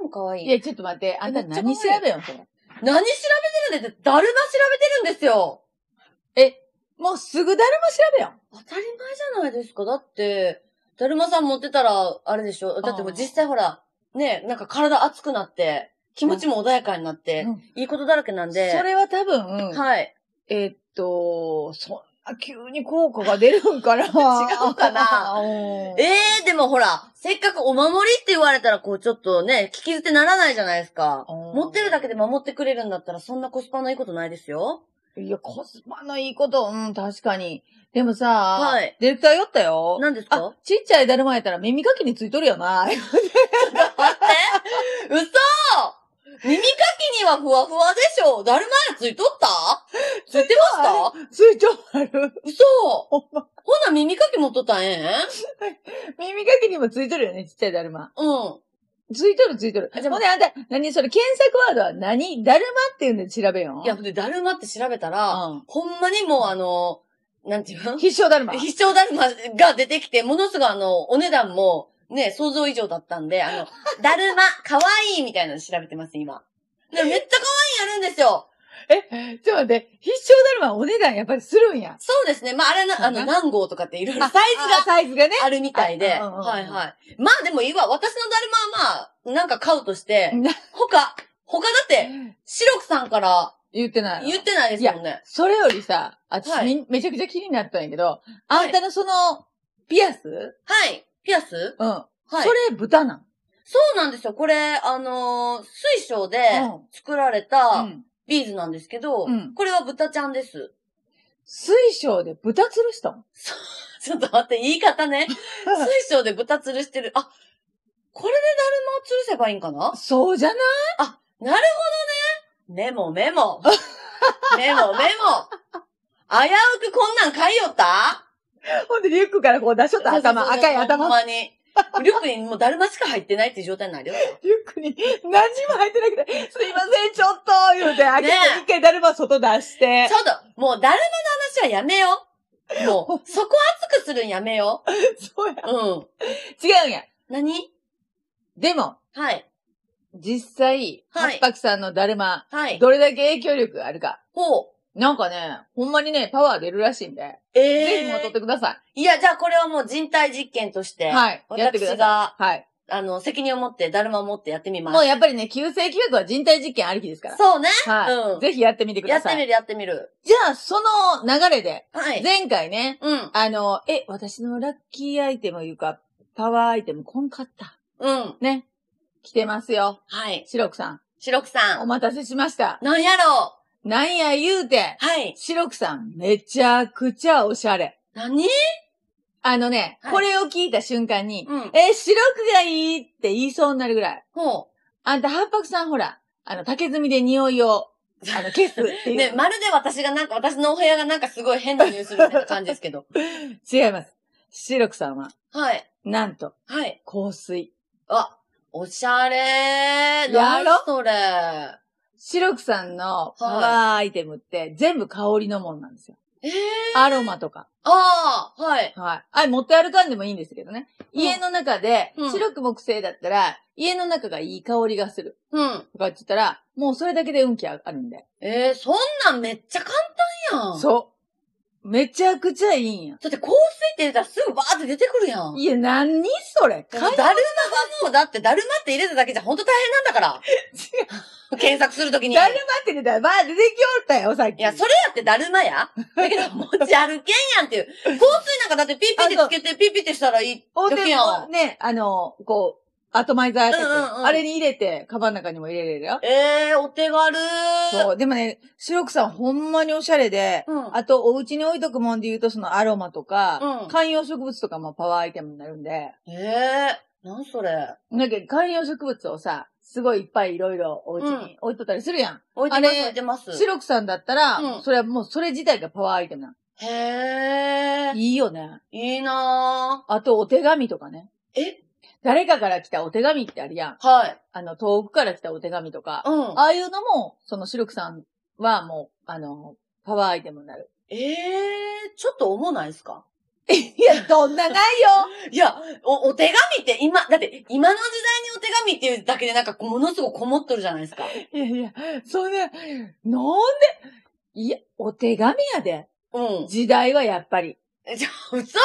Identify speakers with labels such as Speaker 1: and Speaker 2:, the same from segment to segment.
Speaker 1: も可愛い。
Speaker 2: いや、ちょっと待って、あんた
Speaker 1: めっちゃ
Speaker 2: 何調
Speaker 1: 可愛い
Speaker 2: べようと思って。
Speaker 1: 何調べてるんですだるま調べてるんですよ
Speaker 2: もうすぐだるま調べよ
Speaker 1: 当たり前じゃないですか。だって、だるまさん持ってたら、あれでしょだってもう実際ほら、ね、なんか体熱くなって、気持ちも穏やかになって、
Speaker 2: うん
Speaker 1: いいことだらけなん
Speaker 2: う。
Speaker 1: で。
Speaker 2: それは多分、
Speaker 1: はい。
Speaker 2: えーっと、そんな急に効果が出るんかな 違
Speaker 1: うかなえ
Speaker 2: え
Speaker 1: えー、でもほら、せっかくお守りって言われたら、こうちょっとね、聞き捨てならないじゃないですか。
Speaker 2: うん
Speaker 1: 持ってるだけで守ってくれるんだったら、そんなコスパのいいことないですよ。
Speaker 2: いや、コスパのいいこと、うん、確かに。でもさ、
Speaker 1: はい
Speaker 2: ディレクター寄ったよ。
Speaker 1: 何です
Speaker 2: あ
Speaker 1: か、
Speaker 2: ちっちゃいだるまやったら耳かきについとるよな。
Speaker 1: 嘘耳かきにはふわふわでしょだるまやついとったついてました
Speaker 2: ついとある。
Speaker 1: 嘘ほな耳かき持っとったらええん
Speaker 2: 耳かきにもついとるよね、ちっちゃいだるま。
Speaker 1: うん。
Speaker 2: ついとるついとる。
Speaker 1: あじゃあ
Speaker 2: ほんで、あんた、何それ、検索ワードは何だるまっていうんで調べよう。
Speaker 1: いや、、で、だるまって調べたら、
Speaker 2: う
Speaker 1: ほんまにもうあの、なんていうん
Speaker 2: ん。必勝だるま。
Speaker 1: 必勝だるまが出てきて、ものすごいあの、お値段も、ね、想像以上だったんで、 あの、だるま、かわいいみたいなの調べてます、今。でめっちゃかわいいやるんですよ
Speaker 2: え、ちょっと待って、必勝だるまお値段やっぱりするんや。
Speaker 1: そうですね。まあ、あれな、あの、
Speaker 2: そうね
Speaker 1: 何号とかっていろいろサイズ
Speaker 2: あ
Speaker 1: が
Speaker 2: サイズがね。
Speaker 1: あるみたいで。
Speaker 2: あうんうんうん
Speaker 1: はいはい。まあでもいいわ。私のだるまはまあ、なんか買うとして
Speaker 2: な、
Speaker 1: 他、他だって、シロクさんから
Speaker 2: 言ってない。
Speaker 1: 言ってないですもんね。
Speaker 2: それよりさ、あ、私、
Speaker 1: はい
Speaker 2: みめちゃくちゃ気になったんやけど、
Speaker 1: はい
Speaker 2: あんたのその、ピアス
Speaker 1: はい。ピアス
Speaker 2: うん。
Speaker 1: はい。
Speaker 2: それ豚なん。
Speaker 1: そうなんですよ。これ、あのー水晶で
Speaker 2: うん
Speaker 1: 作られ
Speaker 2: う
Speaker 1: た
Speaker 2: ん
Speaker 1: ビーズなんですけど、
Speaker 2: うん
Speaker 1: これは豚ちゃんです。
Speaker 2: 水晶で豚吊るしたん
Speaker 1: ちょっと待って、言い方 ね。水晶で豚吊るしてる。あ、これでだるまを吊るせばいいんかな
Speaker 2: そうじゃない
Speaker 1: なるほどね。メモメ モ。メモメモ。危うくこんなん買いよった
Speaker 2: ほんでリュックからこう出しとった頭、赤い
Speaker 1: ほん
Speaker 2: 頭。
Speaker 1: まに。リュックにもうだるましか入ってないっていう状態になるよ。
Speaker 2: リュックに何にも入ってなくて、すいません、ちょっと言うて、開けて
Speaker 1: ねえ
Speaker 2: 一回だるま外出して
Speaker 1: ち。ょっと、もうだるまの話はやめよう。も う、そこ熱くするんやめよ
Speaker 2: そうや。
Speaker 1: う。うん。
Speaker 2: 違うんや。
Speaker 1: 何
Speaker 2: でも、
Speaker 1: はい。
Speaker 2: 実際、
Speaker 1: はい
Speaker 2: 八白さんのだるま、
Speaker 1: はい。
Speaker 2: どれだけ影響力があるか。
Speaker 1: ほ
Speaker 2: なんかね、ほんまにね、パワー出るらしいんで、
Speaker 1: う。
Speaker 2: ぜひもう取ってくださ
Speaker 1: いや、じゃあこれはもう人体実験として、
Speaker 2: い。はい。やって
Speaker 1: 私
Speaker 2: ください。
Speaker 1: が、
Speaker 2: はい。
Speaker 1: あの、責任を持って、だるまを持ってやってみます。
Speaker 2: もうやっぱりね、急性気学は人体実験ありきですから。
Speaker 1: そうね。
Speaker 2: はい、
Speaker 1: うん
Speaker 2: ぜひやってみてく
Speaker 1: や
Speaker 2: だ
Speaker 1: って
Speaker 2: さい。
Speaker 1: みる、やってみる。
Speaker 2: じゃあ、その流れで、
Speaker 1: はい。
Speaker 2: 前回ね、
Speaker 1: うん。
Speaker 2: あの、え、私のラッキーアイテムいうか、パワーアイテム、こんかった。
Speaker 1: うん。
Speaker 2: ね。来てますよ。
Speaker 1: はい。
Speaker 2: シロクさん。
Speaker 1: 白くさ
Speaker 2: お
Speaker 1: ん。
Speaker 2: 待たせしました。
Speaker 1: なんやろ
Speaker 2: なんや言うて、
Speaker 1: はい。
Speaker 2: シロクさん、めちゃくちゃおしゃれ。
Speaker 1: 何
Speaker 2: あのね、
Speaker 1: はい
Speaker 2: これを聞いた瞬間に、
Speaker 1: うん。
Speaker 2: え、シロクがいいって言いそうになるぐらい。
Speaker 1: ほ
Speaker 2: あんた、八白さんほら、あの、竹炭で匂いを、あの、消すって
Speaker 1: う。
Speaker 2: いう。
Speaker 1: ね、まるで私がなんか、私のお部屋がなんかすごい変な匂いするみたいな感じですけど。
Speaker 2: 違います。シロクさん は、
Speaker 1: はい。
Speaker 2: なんと、
Speaker 1: はい。
Speaker 2: 香水。
Speaker 1: あ、おしゃれー。
Speaker 2: やろ
Speaker 1: 何それ。
Speaker 2: シロクさんのパワーアイテムって全部香りのもんなんですよ。
Speaker 1: えー。
Speaker 2: アロマとか。
Speaker 1: ああ、はい。
Speaker 2: はい。あ、持って歩かんでもいいんですけどね。
Speaker 1: うん
Speaker 2: 家の中で
Speaker 1: うん、
Speaker 2: 白く木製だったら、家の中がいい香りがする。
Speaker 1: うん。
Speaker 2: とかって言ったら、もうそれだけで運気あるんで。
Speaker 1: えー、そんなんめっちゃ簡単やん。う。
Speaker 2: そう。めちゃくちゃいいんや。
Speaker 1: だって香水って入れたらすぐバーって出てくるやん。
Speaker 2: いや、何それ
Speaker 1: だるまがもう、だって、だるまって入れただけじゃほんと大変なんだから。検索するときに。
Speaker 2: だるまって出たら、まあ出てきおったよ、さっき。
Speaker 1: いや、それやってだるまや。だけど、持ち歩けんやんっていう。香水なんかだってピッピってつけて、ピッピってしたらいい
Speaker 2: お
Speaker 1: だ
Speaker 2: で
Speaker 1: けや
Speaker 2: も
Speaker 1: ん。
Speaker 2: ね、あの、こう、アトマイザーやってて、
Speaker 1: うんうんうん
Speaker 2: あれに入れて、カバンの中にも入れれるよ。
Speaker 1: ええー、お手軽
Speaker 2: そう。でもね、白くさんほんまにおしゃれで、
Speaker 1: うん
Speaker 2: あと、お家に置いとくもんで言うと、そのアロマとか、
Speaker 1: うん
Speaker 2: 観葉植物とかもパワーアイテムになるんで、
Speaker 1: ええー、なんそれ。
Speaker 2: なんか観葉植物をさ、すごいいっぱいいろいろお家に置いとったりするやん。
Speaker 1: 置いて
Speaker 2: あ
Speaker 1: ま
Speaker 2: れ
Speaker 1: す、置いてます。
Speaker 2: 白くさんだったら、
Speaker 1: うん
Speaker 2: それはもうそれ自体がパワーアイテムな
Speaker 1: へえ
Speaker 2: の。、いいよね。
Speaker 1: いいな
Speaker 2: あと、お手紙とかね。
Speaker 1: ーえ
Speaker 2: 誰かから来たお手紙ってあるやん。
Speaker 1: はい。
Speaker 2: あの、遠くから来たお手紙とか。
Speaker 1: うん。
Speaker 2: ああいうのも、そのシルクさんはもう、あの、パワーアイテムになる。
Speaker 1: ええー、ちょっと重ないですか
Speaker 2: いや、どんな内容
Speaker 1: いや、お、お手紙って今、だって今の時代にお手紙っていうだけでなんかこうものすごくこもっとるじゃないですか。
Speaker 2: いやいや、そんな、なんで、いや、お手紙やで。
Speaker 1: うん。
Speaker 2: 時代はやっぱり。
Speaker 1: えじゃあ、嘘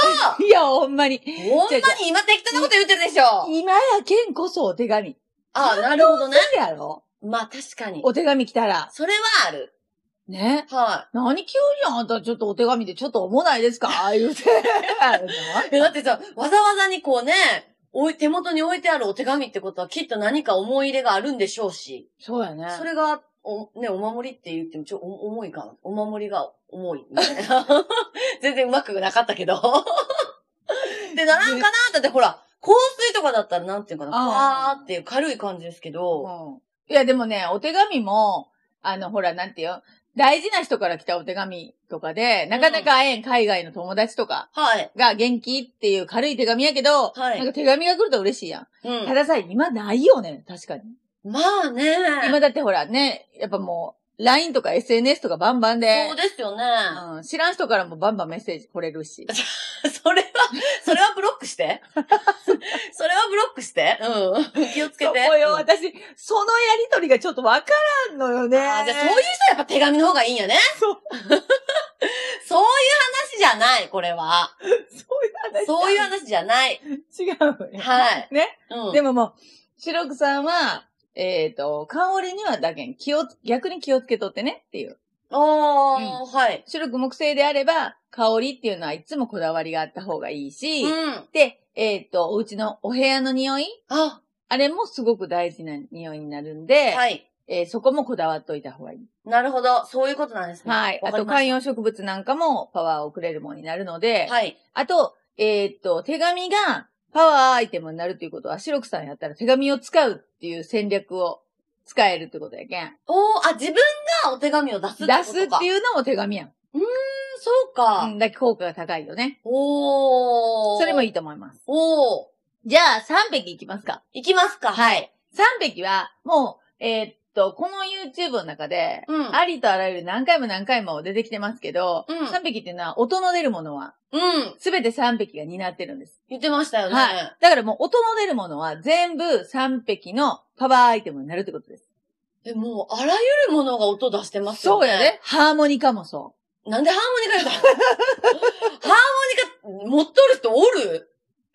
Speaker 2: いや、ほんまに。
Speaker 1: ほんまに今適当なこと言ってるでしょ。
Speaker 2: 今やけんこそお手紙。
Speaker 1: ああ、なるほどね。
Speaker 2: そうやろ
Speaker 1: まあ確かに。
Speaker 2: お手紙来たら。
Speaker 1: それはある。
Speaker 2: ね。
Speaker 1: は
Speaker 2: 何急にあんたちょっとお手紙でちょっと重ないですかああいう て。
Speaker 1: い。いやだってさ、わざわざにこうね、おい手元に置いてあるお手紙ってことはきっと何か思い入れがあるんでしょうし。
Speaker 2: そうやね。
Speaker 1: それが、お、ね、お守りって言っても、ちょ、お重いかな。お守りが重 い。全然うまくなかったけど。で、ならんかなだってほら、香水とかだったらなんていうかな、
Speaker 2: あー
Speaker 1: パーっていう軽い感じですけど、
Speaker 2: うん。いや、でもね、お手紙も、あの、ほら、なんていう大事な人から来たお手紙とかで、なかなか会えん海外の友達とか
Speaker 1: はい。
Speaker 2: が元気っていう軽い手紙やけど、
Speaker 1: はい
Speaker 2: なんか手紙が来ると嬉しいやん。
Speaker 1: う
Speaker 2: た
Speaker 1: ん。
Speaker 2: ださ、今ないよね、確かに。
Speaker 1: まあね。
Speaker 2: 今だってほらね、やっぱもう、LINE とか SNS とかバンバンで
Speaker 1: そう、ですよね。
Speaker 2: うん、知らん人からもバンバンメッセージ来れ るし。
Speaker 1: それは、それはブロックして。 それはブロックして。うん。気をつけて。
Speaker 2: そこよ、
Speaker 1: うん
Speaker 2: 私、そのやりとりがちょっとわからんのよね。
Speaker 1: あーじゃあそういう人はやっぱ手紙の方がいいんやね。
Speaker 2: そう。
Speaker 1: そういう話じゃない、これは。
Speaker 2: そういう話。
Speaker 1: そういう話じゃない。
Speaker 2: 違うよ。
Speaker 1: はい。
Speaker 2: ね。
Speaker 1: うん。
Speaker 2: でももう、白くさんは、えっ、と、香りにはだけん気を、逆に気をつけとってねっていう。
Speaker 1: おー、はい。
Speaker 2: 白く木製であれば、香りっていうのはいつもこだわりがあった方がいいし、
Speaker 1: うん。
Speaker 2: で、えっ、と、お家のお部屋の匂い
Speaker 1: あ、
Speaker 2: あれもすごく大事な匂いになるんで、
Speaker 1: はい。
Speaker 2: えーそこもこだわっといた方がいい。
Speaker 1: なるほど。そういうことなんですね。
Speaker 2: はい。
Speaker 1: わ
Speaker 2: あ
Speaker 1: かり
Speaker 2: と、
Speaker 1: ま
Speaker 2: 観
Speaker 1: し
Speaker 2: 葉植物なんかもパワーをくれるものになるので、
Speaker 1: たはい。
Speaker 2: あと、えっ、と、手紙がパワーアイテムになるということは、白くさんやったら手紙を使うっていう戦略を使えるってことやけん。
Speaker 1: おー、あ、自分がお手紙を出すってことか
Speaker 2: 出。すって
Speaker 1: う
Speaker 2: い
Speaker 1: ん。
Speaker 2: うのも手紙やん。
Speaker 1: そうか。
Speaker 2: うん、だけ効果が高いよね。
Speaker 1: おー。
Speaker 2: それもい
Speaker 1: い。
Speaker 2: いと思います。
Speaker 1: おー。
Speaker 2: じゃあ、3匹いきますか。
Speaker 1: いきますか。
Speaker 2: はい。3匹は、もう、えーっと、この YouTube の中で、
Speaker 1: うん
Speaker 2: ありとあらゆる何回も何回も出てきてますけど、
Speaker 1: うん
Speaker 2: 3匹っていうのは、音の出るものは、
Speaker 1: うん。
Speaker 2: すべて3匹が担ってるんです。
Speaker 1: 言ってましたよね。
Speaker 2: はい。だからもう、音の出るものは、全部3匹のパワーアイテムになるってことです。
Speaker 1: え、もう、あらゆるものが音出してますよ
Speaker 2: そ
Speaker 1: ね。
Speaker 2: うや。ね。ハーモニカもそ
Speaker 1: なんでハーモニカ言うた ハーモニカ持っとる人おる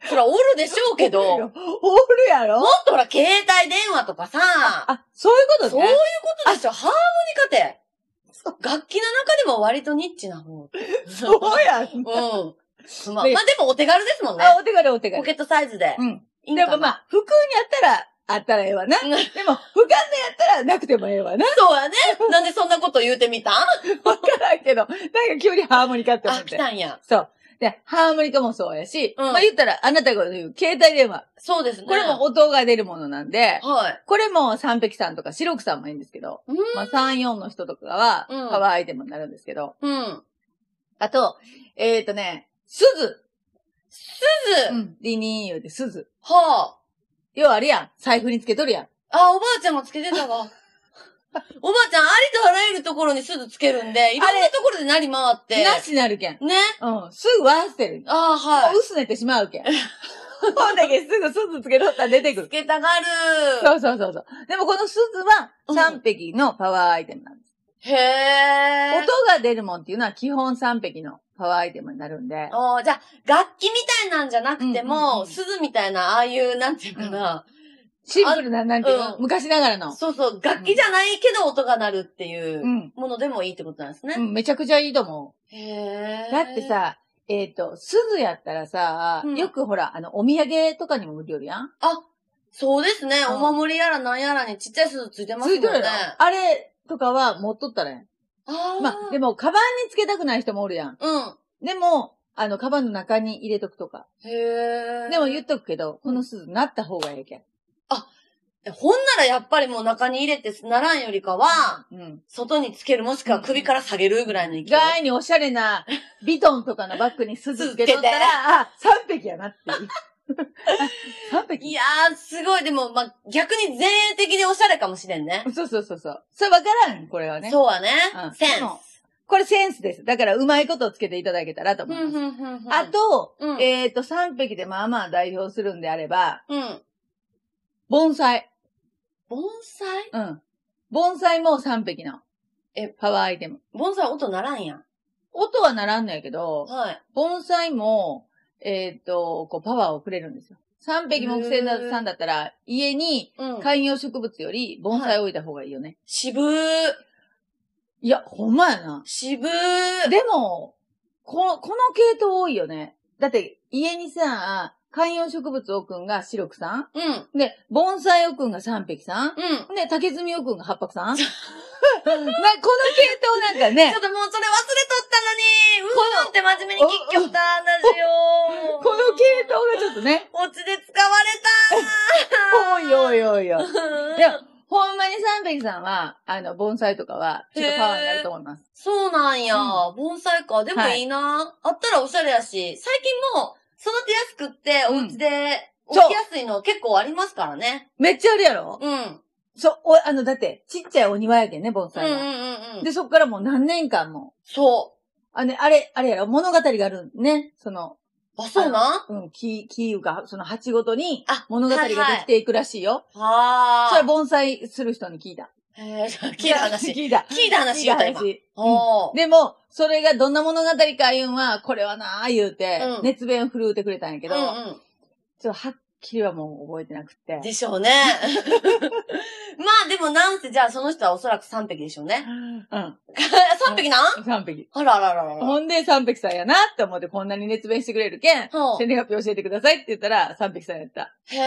Speaker 1: そら、おるでしょうけ
Speaker 2: う。
Speaker 1: ど。
Speaker 2: お
Speaker 1: も
Speaker 2: る
Speaker 1: っ
Speaker 2: やろ
Speaker 1: とほら、携帯電話とかさ。
Speaker 2: あ、そういうこと
Speaker 1: そういう
Speaker 2: ね。
Speaker 1: ことでしょハーモニカって。楽器の中でも割とニッチな方。
Speaker 2: そうやん。
Speaker 1: うん。まあ、まあで
Speaker 2: で
Speaker 1: もお手軽ですもんね。
Speaker 2: あ、お手軽お手
Speaker 1: ポ
Speaker 2: 軽。
Speaker 1: ケットサイズで。
Speaker 2: うん。
Speaker 1: いいん
Speaker 2: で
Speaker 1: かな
Speaker 2: も まあ、服にあったら、あったらええわな。
Speaker 1: う
Speaker 2: で
Speaker 1: ん
Speaker 2: も、不完全やったらなくてもえ えわな。
Speaker 1: そうやね。なんでそんなこと言うてみ たん
Speaker 2: わからんけど、なんか急にハーモニカって思っ
Speaker 1: あ、来
Speaker 2: て。
Speaker 1: たんや。
Speaker 2: そう。で、ハーモニカもそうやし、
Speaker 1: うん
Speaker 2: まあ言ったら、あなたが言う携帯電話。
Speaker 1: そうですね。
Speaker 2: これも、音が出るものなんで、
Speaker 1: はい。
Speaker 2: これも三匹さんとか四六さんもいいんですけど、
Speaker 1: うん
Speaker 2: まあ三四の人とかは、
Speaker 1: うん
Speaker 2: パワーアイテムになるんですけど、
Speaker 1: うん。
Speaker 2: あと、えっ、ー、とね、鈴。
Speaker 1: すず、
Speaker 2: うん。リニーユで鈴。
Speaker 1: は
Speaker 2: 要はあれやん。財布につけとるやん。
Speaker 1: あ。あ、おばあちゃんがつけて たわ。おばあちゃん、ありとあらゆるところにすずつけるんで、いろんなところで鳴り回って。
Speaker 2: なしになるけん。
Speaker 1: ね。
Speaker 2: うん。すぐ忘れてる。
Speaker 1: ああ、はい
Speaker 2: もう。薄ねてしまうけん。 ほんだけすぐ鈴つけろったら出て
Speaker 1: つ
Speaker 2: くる。
Speaker 1: けたがる。
Speaker 2: そうそうそうそう。でもこの鈴は3匹のパワーアイテムなんです。
Speaker 1: へえ。
Speaker 2: 音が出るもんっていうのは基本3匹のパワーアイテムになるんで。
Speaker 1: おーじゃあ、楽器みたいなんじゃなくて
Speaker 2: うんうん
Speaker 1: も、
Speaker 2: うん
Speaker 1: 鈴みたいな、ああいう、なんていうかな、
Speaker 2: シンプルな、なんていうの、
Speaker 1: うん
Speaker 2: 昔ながらの。。
Speaker 1: そうそう、楽器じゃないけど音が鳴るっていううんものでもいいってことなんですね。
Speaker 2: うん、めちゃくちゃいいと思
Speaker 1: へ
Speaker 2: う。
Speaker 1: え。
Speaker 2: だって、さ、えっ、と、鈴やったらさ、
Speaker 1: うん
Speaker 2: よくほら、あの、お土産とかにも売りよるやん。
Speaker 1: あ、そうですね、
Speaker 2: うん
Speaker 1: お守りやらなんやらにちっちゃい鈴ついてます
Speaker 2: つ
Speaker 1: も
Speaker 2: い
Speaker 1: ん
Speaker 2: て
Speaker 1: ね。
Speaker 2: るやろあれとかは持っとったらやん。
Speaker 1: あー
Speaker 2: まあ、でも、カバンにつけたくない人もおるやん。でも、あの、カバンの中に入れとくとか。
Speaker 1: うん。へえ。
Speaker 2: でも言っとくけど、この鈴、なった方がええけん。
Speaker 1: ほんならやっぱりもう中に入れてならんよりかは、
Speaker 2: うん。
Speaker 1: 外につけるもしくは首から下げるぐらいの勢い。
Speaker 2: 意外におしゃれな、ビトンとかのバッグに鈴つけと
Speaker 1: 鈴つ
Speaker 2: った
Speaker 1: けて
Speaker 2: ら、あ、3匹やなっていう。3
Speaker 1: い
Speaker 2: 匹
Speaker 1: やー、すごい。でも、まあ、逆に前衛的でおしゃれかもしれんね。
Speaker 2: そうそうそうそう。それわからん、これはね。
Speaker 1: そうはね
Speaker 2: う。ん
Speaker 1: セン
Speaker 2: でも
Speaker 1: ス。
Speaker 2: これセンスです。だから、うまいことをつけていただけたらと思います。あ
Speaker 1: あ、
Speaker 2: と、
Speaker 1: うん
Speaker 2: えっ、と、3匹でまあまあ代表するんであれば、
Speaker 1: うん。
Speaker 2: 盆栽。
Speaker 1: 盆栽
Speaker 2: うん。盆栽も3匹の。
Speaker 1: え
Speaker 2: パワーアイテム。
Speaker 1: 盆栽音ならんやん。
Speaker 2: 音はならんのやけど、
Speaker 1: はい。
Speaker 2: 盆栽も、えっ、と、こう、パワーをくれるんですよ。3匹木星だ
Speaker 1: へー
Speaker 2: さんだったら、家に
Speaker 1: うん。
Speaker 2: 観葉植物より盆栽置いた方がいいよね。
Speaker 1: 渋ー。
Speaker 2: い、や、ほんまやな。
Speaker 1: 渋ー。
Speaker 2: でも、この、この系統多いよね。だって、家にさ、観葉植物をくんが白くさん
Speaker 1: うん。うん。
Speaker 2: で、盆栽をくんが三匹さん
Speaker 1: ち
Speaker 2: ね、竹住おくんが八白 さんなこの系統なんかね
Speaker 1: ょっ、ともうそれ忘れとったのに、うーんって真面目に聞きよった話
Speaker 2: こ
Speaker 1: を。
Speaker 2: の系統がちょっとね、
Speaker 1: オチで使わ
Speaker 2: おいおいおいおい。
Speaker 1: れた
Speaker 2: いや、ほんまに三匹さんは、あの、盆栽とかは、ちょっとパワーになると思います。
Speaker 1: そうなんや。
Speaker 2: う
Speaker 1: 盆栽か。でもいいな、あったらおしゃれやし、最近も育てやすくって、
Speaker 2: う
Speaker 1: お
Speaker 2: ん
Speaker 1: 家で
Speaker 2: そう
Speaker 1: 置きやすいの結構ありますからね。
Speaker 2: めっちゃあるやろ
Speaker 1: うん。うん
Speaker 2: そう、お、あの、だって、ちっちゃいお庭やけんね、
Speaker 1: う
Speaker 2: 盆
Speaker 1: ん
Speaker 2: 栽
Speaker 1: うん
Speaker 2: は。
Speaker 1: うん。
Speaker 2: で、そっからもう何年間も。
Speaker 1: そ
Speaker 2: あの、あれ、あれやろ物語があるね。その、
Speaker 1: う。あ、そうなん
Speaker 2: うん、木、木いうか、その鉢ごとに
Speaker 1: あ、
Speaker 2: 物語ができていくらしいよ。
Speaker 1: は
Speaker 2: それ
Speaker 1: あ。
Speaker 2: 盆栽する人に聞いた。
Speaker 1: へえ、聞いた話。聞
Speaker 2: 聞いた。
Speaker 1: いた話言うた今。
Speaker 2: うん
Speaker 1: おー。
Speaker 2: でも、それがどんな物語かいうんは、これはなあ言うて、
Speaker 1: うん
Speaker 2: 熱弁振るうてくれたんや
Speaker 1: け
Speaker 2: けど、
Speaker 1: ど、う
Speaker 2: ち
Speaker 1: ん
Speaker 2: ょっとはっきりはもう覚えてなく
Speaker 1: うん、
Speaker 2: て。
Speaker 1: でしょうね。 まあでもなんせじゃあその人はおそらく3匹でしょう ね。
Speaker 2: うん。
Speaker 1: 3匹なん
Speaker 2: 三匹。
Speaker 1: あらあらあらあら。
Speaker 2: ほんで三匹さんやなって思ってこんなに熱弁してくれるけん、
Speaker 1: ほう
Speaker 2: 戦略発表教えてくださいって言ったら三匹さんやった。
Speaker 1: へ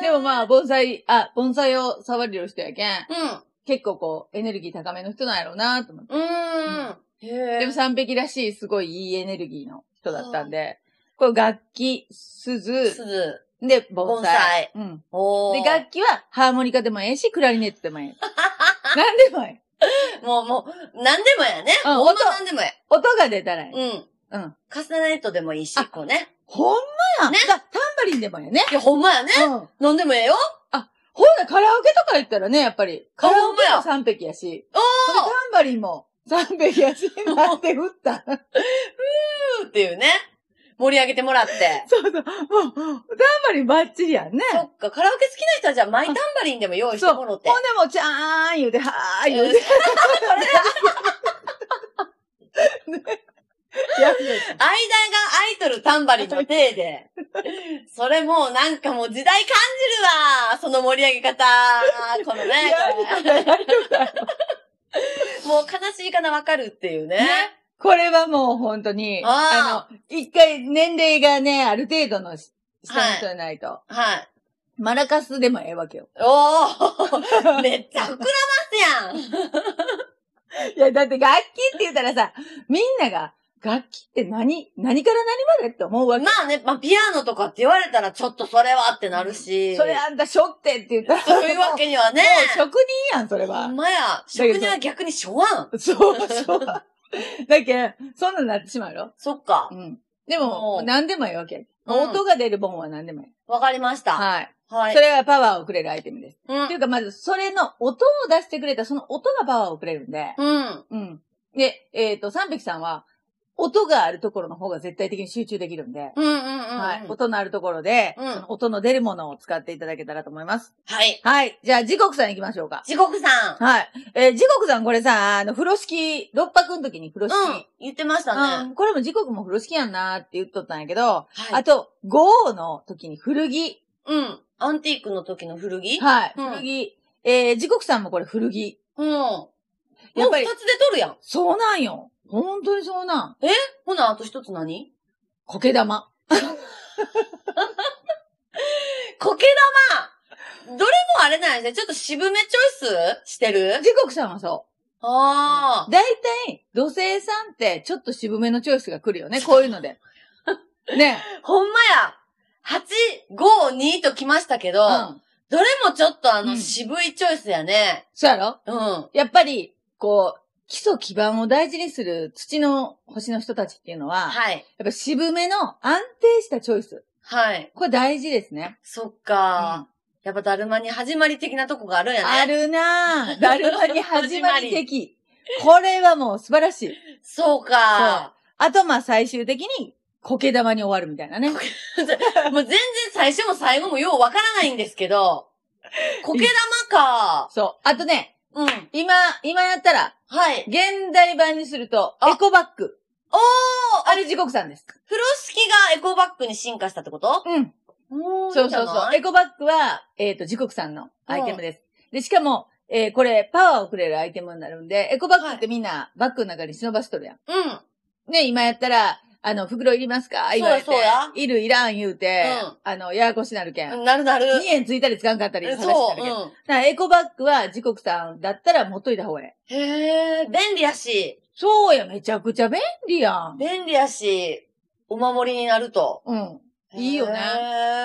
Speaker 1: え。
Speaker 2: でもまあ、盆栽、あ、盆栽を触れる人やけん、
Speaker 1: うん。
Speaker 2: 結構こう、エネルギー高めの人なんやろうなと思って。
Speaker 1: うーん。へえ。
Speaker 2: でも三匹らしい、すごいいいエネルギーの人だったんで、これ楽器、
Speaker 1: す
Speaker 2: 鈴、
Speaker 1: ず。
Speaker 2: で、盆栽。うん。
Speaker 1: おー
Speaker 2: で、楽器はハーモニカでもええし、クラリネットでもええ。何でもええ。
Speaker 1: もう、もう、なんでもやね。
Speaker 2: うん
Speaker 1: ほんまなんでもや。
Speaker 2: 音が出たらええ。
Speaker 1: うん。
Speaker 2: うん。
Speaker 1: カスタネットでもいいし、
Speaker 2: あ
Speaker 1: こうね。
Speaker 2: ほんまやん。
Speaker 1: ね
Speaker 2: だタンバリンでもええね。
Speaker 1: いや、ほんまやね。
Speaker 2: うん。
Speaker 1: なんでもええよ。
Speaker 2: ほんなカラオケとか行ったらね、やっぱり。カラオケ
Speaker 1: ほんまや
Speaker 2: も3匹やし。
Speaker 1: お
Speaker 2: ほんでタンバリンも3匹やし。なんて振った。
Speaker 1: ーっていうね。盛り上げてもらって。
Speaker 2: そうそう。もう、タンバリンバッチリやんね。
Speaker 1: そっか、カラオケ好きな人はじゃあ、マイタンバリンでも用意してもろて
Speaker 2: ほ。んでもう、ちゃーん言うて、はーい言うて。 やるやつ
Speaker 1: 間がアイドルタンバリンの体 で。それもうなんかもう時代感じるわ。その盛り上げ方。このね。もう悲しいかなわかるっていうね。
Speaker 2: これはもう本当に、
Speaker 1: あ
Speaker 2: あの、一回年齢がね、ある程度のし下の人じゃないと、
Speaker 1: はい。
Speaker 2: マラカスでもええわ けよ。
Speaker 1: おおめっちゃ膨らますやん。
Speaker 2: いや、だって楽器って言ったらさ、みんなが、楽器って何何から何までって思 うわけ。
Speaker 1: まあね、まあピアノとかって言われたらちょっとそれはってなるし。
Speaker 2: それあんたしょってって言ったら。
Speaker 1: そういうわけにはね。
Speaker 2: もう職人やん、それ
Speaker 1: ほ
Speaker 2: は
Speaker 1: ん。まや。
Speaker 2: けど
Speaker 1: 職人は逆にしょわん。
Speaker 2: そう、そう。だけんそんなんなってしまうよ。
Speaker 1: そっか
Speaker 2: う。ん。でも
Speaker 1: う、ん
Speaker 2: 何でもええわけ。
Speaker 1: うん
Speaker 2: 音が出る本は何でもええ。
Speaker 1: わかりました。
Speaker 2: はい。
Speaker 1: はい。
Speaker 2: それはパワーをくれるアイテムです。
Speaker 1: うん
Speaker 2: っていうか、まず、それの音を出してくれた、その音がパワーをくれるんで。
Speaker 1: うん。
Speaker 2: うん。で、えっ、と、三匹さんは、音があるところの方が絶対的に集中できるんで。
Speaker 1: うんうんうんうん。
Speaker 2: はい。音のあるところで、
Speaker 1: うん
Speaker 2: その音の出るものを使っていただけたらと思います。
Speaker 1: はい。
Speaker 2: はい。じゃあ、時刻さん行きましょうか。
Speaker 1: 地獄さん。
Speaker 2: はい。えー時刻さん、これさ、あの、風呂敷、六泊の時に風呂敷。
Speaker 1: うん。言ってましたね。
Speaker 2: うんこれも時刻も風呂敷やんなーって言っとったんやけど、
Speaker 1: は
Speaker 2: あ
Speaker 1: い。
Speaker 2: と、午後の時に古着。
Speaker 1: うん。アンティークの時の古着
Speaker 2: はい。
Speaker 1: うん
Speaker 2: 古着。えー時刻さんもこれ古着。
Speaker 1: うん。もう
Speaker 2: や
Speaker 1: 二つで
Speaker 2: っぱり
Speaker 1: 取るやん。
Speaker 2: そうなんよ。本当にそうなん。
Speaker 1: ほな、あと一つ何
Speaker 2: 苔玉。
Speaker 1: 苔玉どれもあれなんですね。ちょっと渋めチョイスしてる
Speaker 2: 時刻さんはそ
Speaker 1: あ
Speaker 2: う。だいたい、土星さんってちょっと渋めのチョイスが来るよね。こういうので。 ね。
Speaker 1: あ。ほんまや。8、5、2と来ましたけど、
Speaker 2: うん。
Speaker 1: どれもちょっとあの、
Speaker 2: うん
Speaker 1: 渋いチョイスやね。
Speaker 2: そうやろ
Speaker 1: うん。
Speaker 2: やっぱり、こう、基礎基盤を大事にする土の星の人たちっていうのは、やっ
Speaker 1: はい。
Speaker 2: ぱ渋めの安定したチョイス。
Speaker 1: はい。
Speaker 2: これ大事ですね。
Speaker 1: そっか、やっぱだるまに始まり的なとこがあるんやね。
Speaker 2: あるなぁ。だるまに始まり的。これはもう素晴らしい。
Speaker 1: そうか。
Speaker 2: あと、まあ最終的に、苔玉に終わるみたいなね。
Speaker 1: もう全然最初も最後もようわからないんですけ ど、苔玉か。
Speaker 2: そう。あとね、
Speaker 1: うん。
Speaker 2: 今、今やったら、
Speaker 1: はい。
Speaker 2: 現代版にすると、エコバッグ。
Speaker 1: おー
Speaker 2: あれ地獄さんです。
Speaker 1: 風呂敷がエコバッグに進化したってこと
Speaker 2: うん。
Speaker 1: おー
Speaker 2: そ
Speaker 1: いい
Speaker 2: うそうん
Speaker 1: じゃ
Speaker 2: そ
Speaker 1: な
Speaker 2: う。
Speaker 1: い
Speaker 2: エコバッグは、えっ、と、時刻さんのアイテムです。で、しかも、えーこれ、パワーをくれるアイテムになるんで、エコバッグってみんな、バッグの中に忍ばしとるやん。
Speaker 1: うん。うん。
Speaker 2: ね、今やったら、あの、袋いりますか
Speaker 1: そうや
Speaker 2: 言われて。
Speaker 1: そうや
Speaker 2: いる、いらん言うて、
Speaker 1: うん
Speaker 2: あの、ややこしなるけん。
Speaker 1: なるなる。
Speaker 2: 2円ついたりつかんかったり、話にな
Speaker 1: そ
Speaker 2: る
Speaker 1: う。
Speaker 2: けん。だか
Speaker 1: うん。
Speaker 2: らエコバッグは、時刻さんだったら持っといた方がええ。
Speaker 1: へえ、便利やし、
Speaker 2: そうや、めちゃくちゃ便利やん。
Speaker 1: 便利やし、お守りになると。
Speaker 2: うん。いいよね
Speaker 1: へ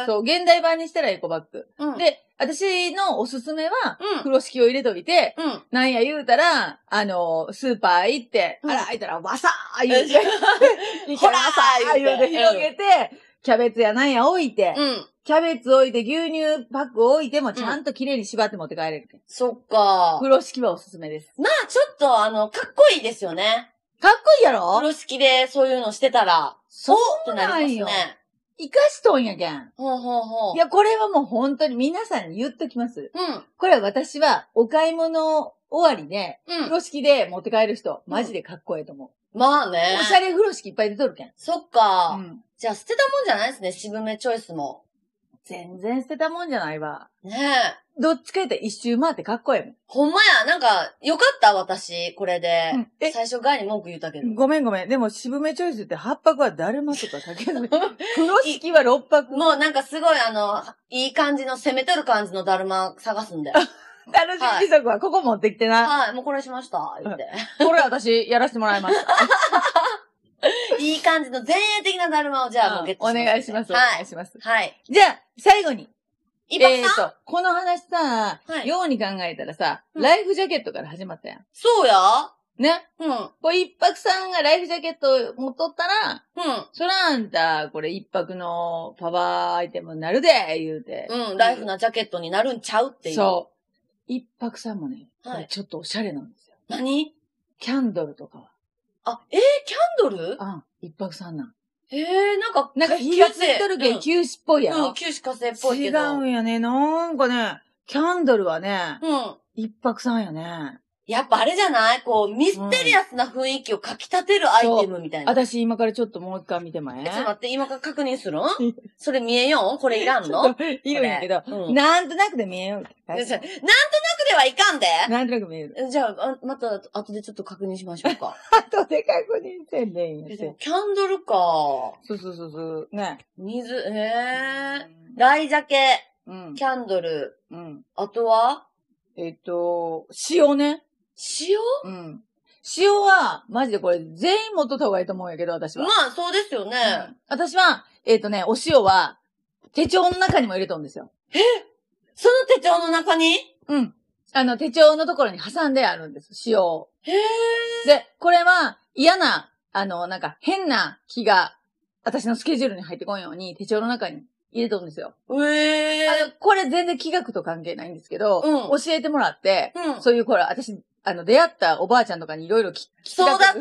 Speaker 1: ー
Speaker 2: そう、現代版にしたらエコバッグ。
Speaker 1: うん。
Speaker 2: で、私のおすすめは、
Speaker 1: うん。
Speaker 2: 風呂敷を入れといて、
Speaker 1: うん。
Speaker 2: なんや言うたら、あの、スーパー行って、
Speaker 1: うん
Speaker 2: あら、開いたら、わさー言うて、
Speaker 1: うん
Speaker 2: ほらー
Speaker 1: 言
Speaker 2: 言
Speaker 1: う
Speaker 2: う
Speaker 1: て
Speaker 2: て広げて、キャベツやなんや置いて、
Speaker 1: うん。
Speaker 2: キャベツ置いて、牛乳パック置いても、ちゃんと綺麗に縛って持って帰れる。
Speaker 1: そっか
Speaker 2: 風。呂敷はおすすめです。
Speaker 1: まあ、ちょっと、あの、かっこいいですよね。
Speaker 2: かっこいいや
Speaker 1: 風
Speaker 2: ろ
Speaker 1: 呂敷でそういうのしてたら、
Speaker 2: そう
Speaker 1: ってなりま
Speaker 2: なん
Speaker 1: すね
Speaker 2: よ。生かしとんやけん。
Speaker 1: ほうほうほう。
Speaker 2: いや、これはもう本当に皆さんに言っときます。
Speaker 1: うん。
Speaker 2: これは私は、お買い物終わりで、
Speaker 1: う
Speaker 2: 風
Speaker 1: ん。
Speaker 2: 呂敷で持って帰る人、マジでかっこいいと思
Speaker 1: まあ
Speaker 2: う。
Speaker 1: ね。
Speaker 2: おしゃれ風呂敷いっぱい出とるけん。
Speaker 1: そっか、
Speaker 2: うん
Speaker 1: じゃあ、捨てたもんじゃないですね。渋めチョイスも。
Speaker 2: 全然捨てたもんじゃないわ。
Speaker 1: ねえ。
Speaker 2: どっちか言ったら一周回ってかっこえ
Speaker 1: ほんまや。なんか、よかった、私、これで
Speaker 2: え。もん。え、
Speaker 1: 最初、ガイに文句言ったけど。
Speaker 2: ごめんごめん。でも渋めチョイスって8泊はだるまとか竹の風呂敷は6泊。
Speaker 1: もうなんかすごいあの、いい感じの攻めとる感じのだるま探すん で。
Speaker 2: 楽しみ時速はここ持ってきてな。
Speaker 1: はい、もうこれしました、言 って。
Speaker 2: これ私やらせてもらいます。
Speaker 1: いい感じの前衛的なだるまを じゃあもうゲット
Speaker 2: お願いします。お
Speaker 1: は
Speaker 2: 願
Speaker 1: い
Speaker 2: い。します。
Speaker 1: はい。
Speaker 2: じゃあ、最後に。
Speaker 1: 一泊
Speaker 2: え
Speaker 1: さん、
Speaker 2: ーと、この話さ、
Speaker 1: はい
Speaker 2: ように考えたらさ、
Speaker 1: うん
Speaker 2: ライフジャケットから始まったやん。
Speaker 1: そうや
Speaker 2: ね。
Speaker 1: うん。
Speaker 2: こう一泊さんがライフジャケット持っとったら、
Speaker 1: う
Speaker 2: そらあんた、これ一泊のパワーアイテムになるで、言うて。
Speaker 1: ん。うん。ライフなジャケットになるんちゃうっていう。
Speaker 2: そう。一泊さんもね、こ
Speaker 1: はい
Speaker 2: れちょっとおしゃれなんですよ。
Speaker 1: 何
Speaker 2: キャンドルとかは。
Speaker 1: あ、えー、キャンドル
Speaker 2: あん、一泊さんなん。
Speaker 1: えー、なんか、
Speaker 2: なんか火がついとるけ
Speaker 1: うん
Speaker 2: ん、休止っぽいや
Speaker 1: う
Speaker 2: ろ
Speaker 1: ん、。九死火星っぽい
Speaker 2: 違
Speaker 1: けど。
Speaker 2: うんやね。なんかね、キャンドルはね、
Speaker 1: うん。
Speaker 2: 一泊さんやね。
Speaker 1: やっぱあれじゃないこう、ミステリアスな雰囲気をかき立てるアイテムみたいな。
Speaker 2: 私今からちょっともう一回見てまえ
Speaker 1: えちょっと待って、今から確認するんそれ見えよんこれいらん
Speaker 2: ちょ
Speaker 1: の
Speaker 2: っといるんやけど、
Speaker 1: うん。
Speaker 2: なんとなくで見えよ
Speaker 1: な
Speaker 2: う。
Speaker 1: んとなくではいかんで
Speaker 2: なんとなく見 える。
Speaker 1: じゃあ、あまた、後でちょっと確認しましょう か。
Speaker 2: あとで確認せんでいいん
Speaker 1: え
Speaker 2: や
Speaker 1: でも
Speaker 2: て。
Speaker 1: キャンドルか。
Speaker 2: そうそうそうそう。ね。
Speaker 1: 水、えー。ライジャケ、
Speaker 2: うん。
Speaker 1: キャンドル、
Speaker 2: うん。
Speaker 1: あとは
Speaker 2: えっと、塩ね。
Speaker 1: 塩
Speaker 2: うん。塩は、マジでこれ、全員持っとった方がいいと思うんやけど、私は。
Speaker 1: まあ、そうですよね。
Speaker 2: うん私は、えっ、とね、お塩は、手帳の中にも入れとんですよ。
Speaker 1: その手帳の中に
Speaker 2: うん。あの、手帳のところに挟んであるんです、塩を。
Speaker 1: へー。
Speaker 2: で、これは、嫌な、あの、なんか、変な気が、私のスケジュールに入ってこんように、手帳の中に入れとんですよ。
Speaker 1: うえ
Speaker 2: あの、これ全然気学と関係ないんですけど、
Speaker 1: うん
Speaker 2: 教えてもらって、
Speaker 1: ー。うん。
Speaker 2: そういう、これ、私、あの、出会ったおばあちゃんとかにいろいろ聞き
Speaker 1: そうだった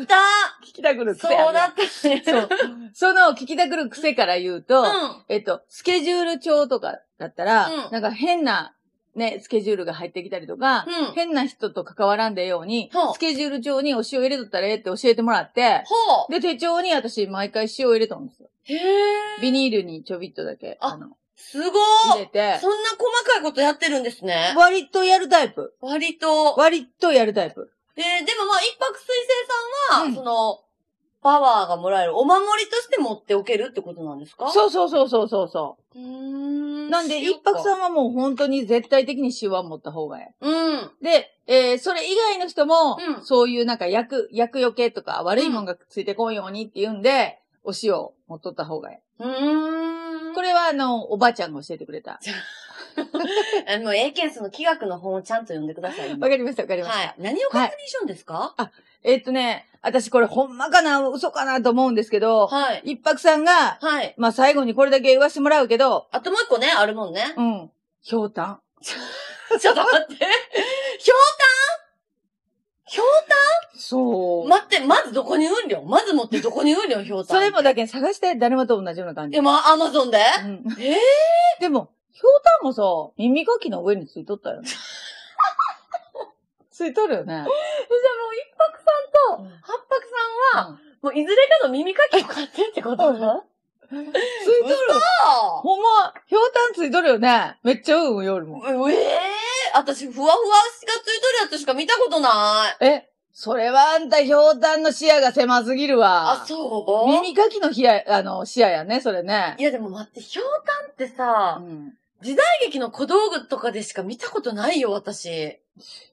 Speaker 2: 聞きたくる癖あるやん
Speaker 1: そうだったね。
Speaker 2: そう。その聞きたくる癖から言うと、
Speaker 1: うん。
Speaker 2: えっと、スケジュール帳とかだったら、
Speaker 1: うん
Speaker 2: なんか変な、ね、スケジュールが入ってきたりとか、
Speaker 1: うん
Speaker 2: 変な人と関わらんでええように、
Speaker 1: ほう
Speaker 2: スケジュール帳にお塩入れとったらええって教えてもらって、
Speaker 1: ほう。
Speaker 2: で、手帳に私毎回塩入れとんですよ。
Speaker 1: へー。
Speaker 2: ビニールにちょびっとだけ、
Speaker 1: あ
Speaker 2: あの、
Speaker 1: すご
Speaker 2: 入れ
Speaker 1: い
Speaker 2: て
Speaker 1: そ、んな細かいことやってるんですね。
Speaker 2: 割とやるタイプ。
Speaker 1: 割と。
Speaker 2: 割とやるタイプ。え
Speaker 1: えー、でもまあ、一泊水星さんは、
Speaker 2: うん
Speaker 1: その、パワーがもらえるお守りとして持っておけるってことなんですか。
Speaker 2: そうそうそうそうそうそうう。
Speaker 1: ん。
Speaker 2: なんで、一泊
Speaker 1: ん。
Speaker 2: さんはもう本当に絶対的に塩は持った方がええ。
Speaker 1: うん。
Speaker 2: で、えーそれ以外の人も、
Speaker 1: うん
Speaker 2: そういうなんか薬、薬よけとか悪いもんがついてこんようにって言うんで、お塩を持っとった方がいい。
Speaker 1: うーん。
Speaker 2: これはあの、おばあちゃんが教えてくれた。
Speaker 1: あの、英検その気学の本をちゃんと読んでくださいね。
Speaker 2: わかりました、わかりました。
Speaker 1: はい。何を確認しようんですか
Speaker 2: えっとね、私これほんまかな、嘘かなと思うんですけど、
Speaker 1: はい。
Speaker 2: 一泊さんが、
Speaker 1: はい。
Speaker 2: まあ最後にこれだけ言わせてもらうけど、
Speaker 1: あともう一個ね、あるもん ね。
Speaker 2: うん、ひょうたん。
Speaker 1: ちょっと待って。ひょうたんひょう
Speaker 2: そう。
Speaker 1: 待って、まずどこに売んりょんまず持ってどこに売んりょん、ひょうたん。
Speaker 2: それもだけ探して、誰もと同じような感じ。
Speaker 1: え、ま、アマ ゾンで
Speaker 2: うん
Speaker 1: えー
Speaker 2: でも、ひょうたんもさ、耳かきの上についとっ たよね。ついとるよね。
Speaker 1: じゃあもう一泊さんと、八泊さんは、もういずれかの耳かきを買ってってこと
Speaker 2: うんついとる。
Speaker 1: そ
Speaker 2: ほんま、ひょうたんついとるよね。めっちゃうん、夜も。
Speaker 1: うええ私、ふわふわしがついとるやつしか見たことない。
Speaker 2: え、それはあんたひょうたんの視野が狭すぎるわ
Speaker 1: あ、。そう
Speaker 2: 耳かきの視野、あの、視野やね、それね
Speaker 1: い。やでも待って、ひょうたんってさ、
Speaker 2: うん
Speaker 1: 大劇の小道具とかでしか見たことないよ、私。
Speaker 2: え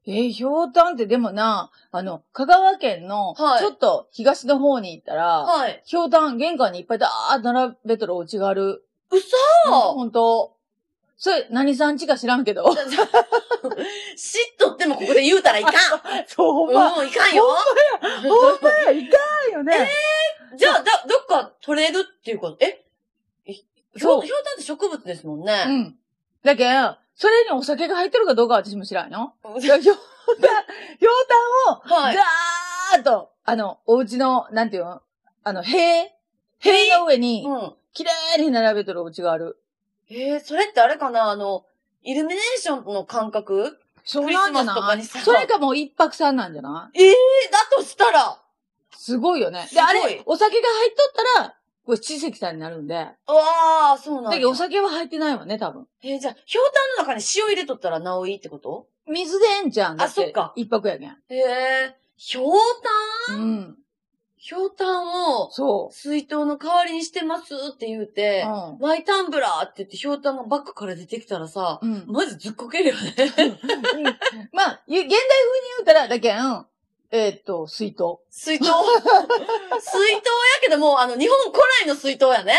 Speaker 2: ー、ひょうたんってでもな、あの、香川県の、ち
Speaker 1: はい
Speaker 2: ょっと東の方に行ったら、
Speaker 1: はい。
Speaker 2: ひょうたん玄関にいっぱいだーっと並べとるお家がある。
Speaker 1: 嘘
Speaker 2: ほんと。それ、何さんちか知らん けど。
Speaker 1: 知っとってもここで言うたらいかん
Speaker 2: そう、
Speaker 1: う
Speaker 2: ほ
Speaker 1: ん、いかんよ
Speaker 2: ほんまや、いかんよね。
Speaker 1: じゃあ、だ、どっか取れるっていうことえひょ
Speaker 2: そう
Speaker 1: う、ひょうたんって植物ですもん
Speaker 2: う
Speaker 1: ね。
Speaker 2: ん。だけん、それにお酒が入ってるかどうかは私も知らん よ。
Speaker 1: うん
Speaker 2: いやひょうたん、ひょうたん
Speaker 1: は
Speaker 2: を、
Speaker 1: い。
Speaker 2: ざーっと、あの、お家の、なんていうのあの、塀塀の上に、
Speaker 1: うん。
Speaker 2: 綺麗に並べてるお家がある。
Speaker 1: えー、それってあれかなあの、イルミネーションの感覚
Speaker 2: そ
Speaker 1: クリスマスとかにさ
Speaker 2: それかもう一泊さんなんじゃない
Speaker 1: ええだとしたら
Speaker 2: すごいよね。
Speaker 1: す
Speaker 2: で、
Speaker 1: ごい
Speaker 2: あれ、お酒が入っとったら、これ、知席さんになるんで。
Speaker 1: うわあ、そうなん
Speaker 2: だ
Speaker 1: だ。
Speaker 2: けど、お酒は入ってないわね、多分。
Speaker 1: えーじゃあ、ひょうたんの中に塩入れとったらなおいいってこと
Speaker 2: 水でええんじゃん。だて
Speaker 1: あそっか
Speaker 2: 一泊やけん。
Speaker 1: ええひょうたん
Speaker 2: うん。
Speaker 1: ひょうたんを
Speaker 2: そ
Speaker 1: 水筒の代わりにしてますって言う
Speaker 2: う。
Speaker 1: て、
Speaker 2: う
Speaker 1: マイタンブラーって言ってひょうたんがバッグから出てきたらさ、
Speaker 2: ん。うん。
Speaker 1: マジずっこけるよね。
Speaker 2: まあ、ゆ現代風に言うたら、だけん、えーっと、水筒。
Speaker 1: 水筒水筒やけどもうあの日本古来の水筒やね。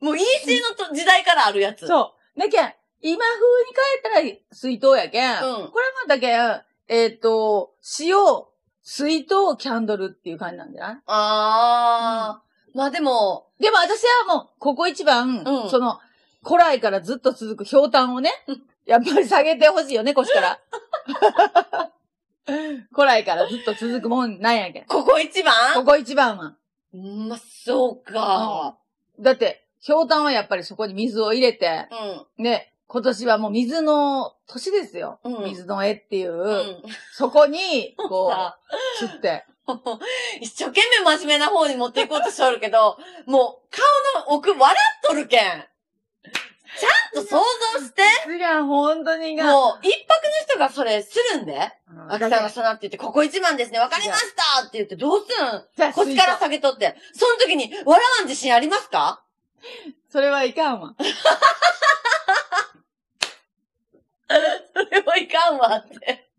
Speaker 1: もう EC のと時代からあるやつ。
Speaker 2: そう。だけん、今風に変えたら水筒やけん。
Speaker 1: うん
Speaker 2: これもだけん、えーっと、塩、水筒、キャンドルっていう感じなんじゃない
Speaker 1: あー。まあでも、
Speaker 2: でも私はもう、ここ一番、
Speaker 1: うん
Speaker 2: その、古来からずっと続くひょうたんをね、やっぱり下げてほしいよね、腰 から。古来からずっと続くもんなんやけん。
Speaker 1: ここ一番
Speaker 2: ここ一番は。
Speaker 1: うんまあ、そうか。
Speaker 2: だって、ひょうたんはやっぱりそこに水を入れて、
Speaker 1: う
Speaker 2: ね、今年はもう水の年ですよ。
Speaker 1: ん。うん。
Speaker 2: 水の絵っていう、
Speaker 1: うん。
Speaker 2: そこに、こ
Speaker 1: さ
Speaker 2: う、つって。
Speaker 1: 一生懸命真面目な方に持っていこうとしとるけど、もう、顔の奥、笑っとるけん。ちゃんと想像して。
Speaker 2: すが、本当にが。
Speaker 1: もう、一泊の人がそれするんで。
Speaker 2: うん
Speaker 1: 秋さんがそのって言って、ここ一番ですね、わかりましたって言って、どうす
Speaker 2: じゃあ
Speaker 1: ん腰から下げとって。その時に、笑わん自信ありますか
Speaker 2: それはいかんわ。
Speaker 1: それはいかんわって。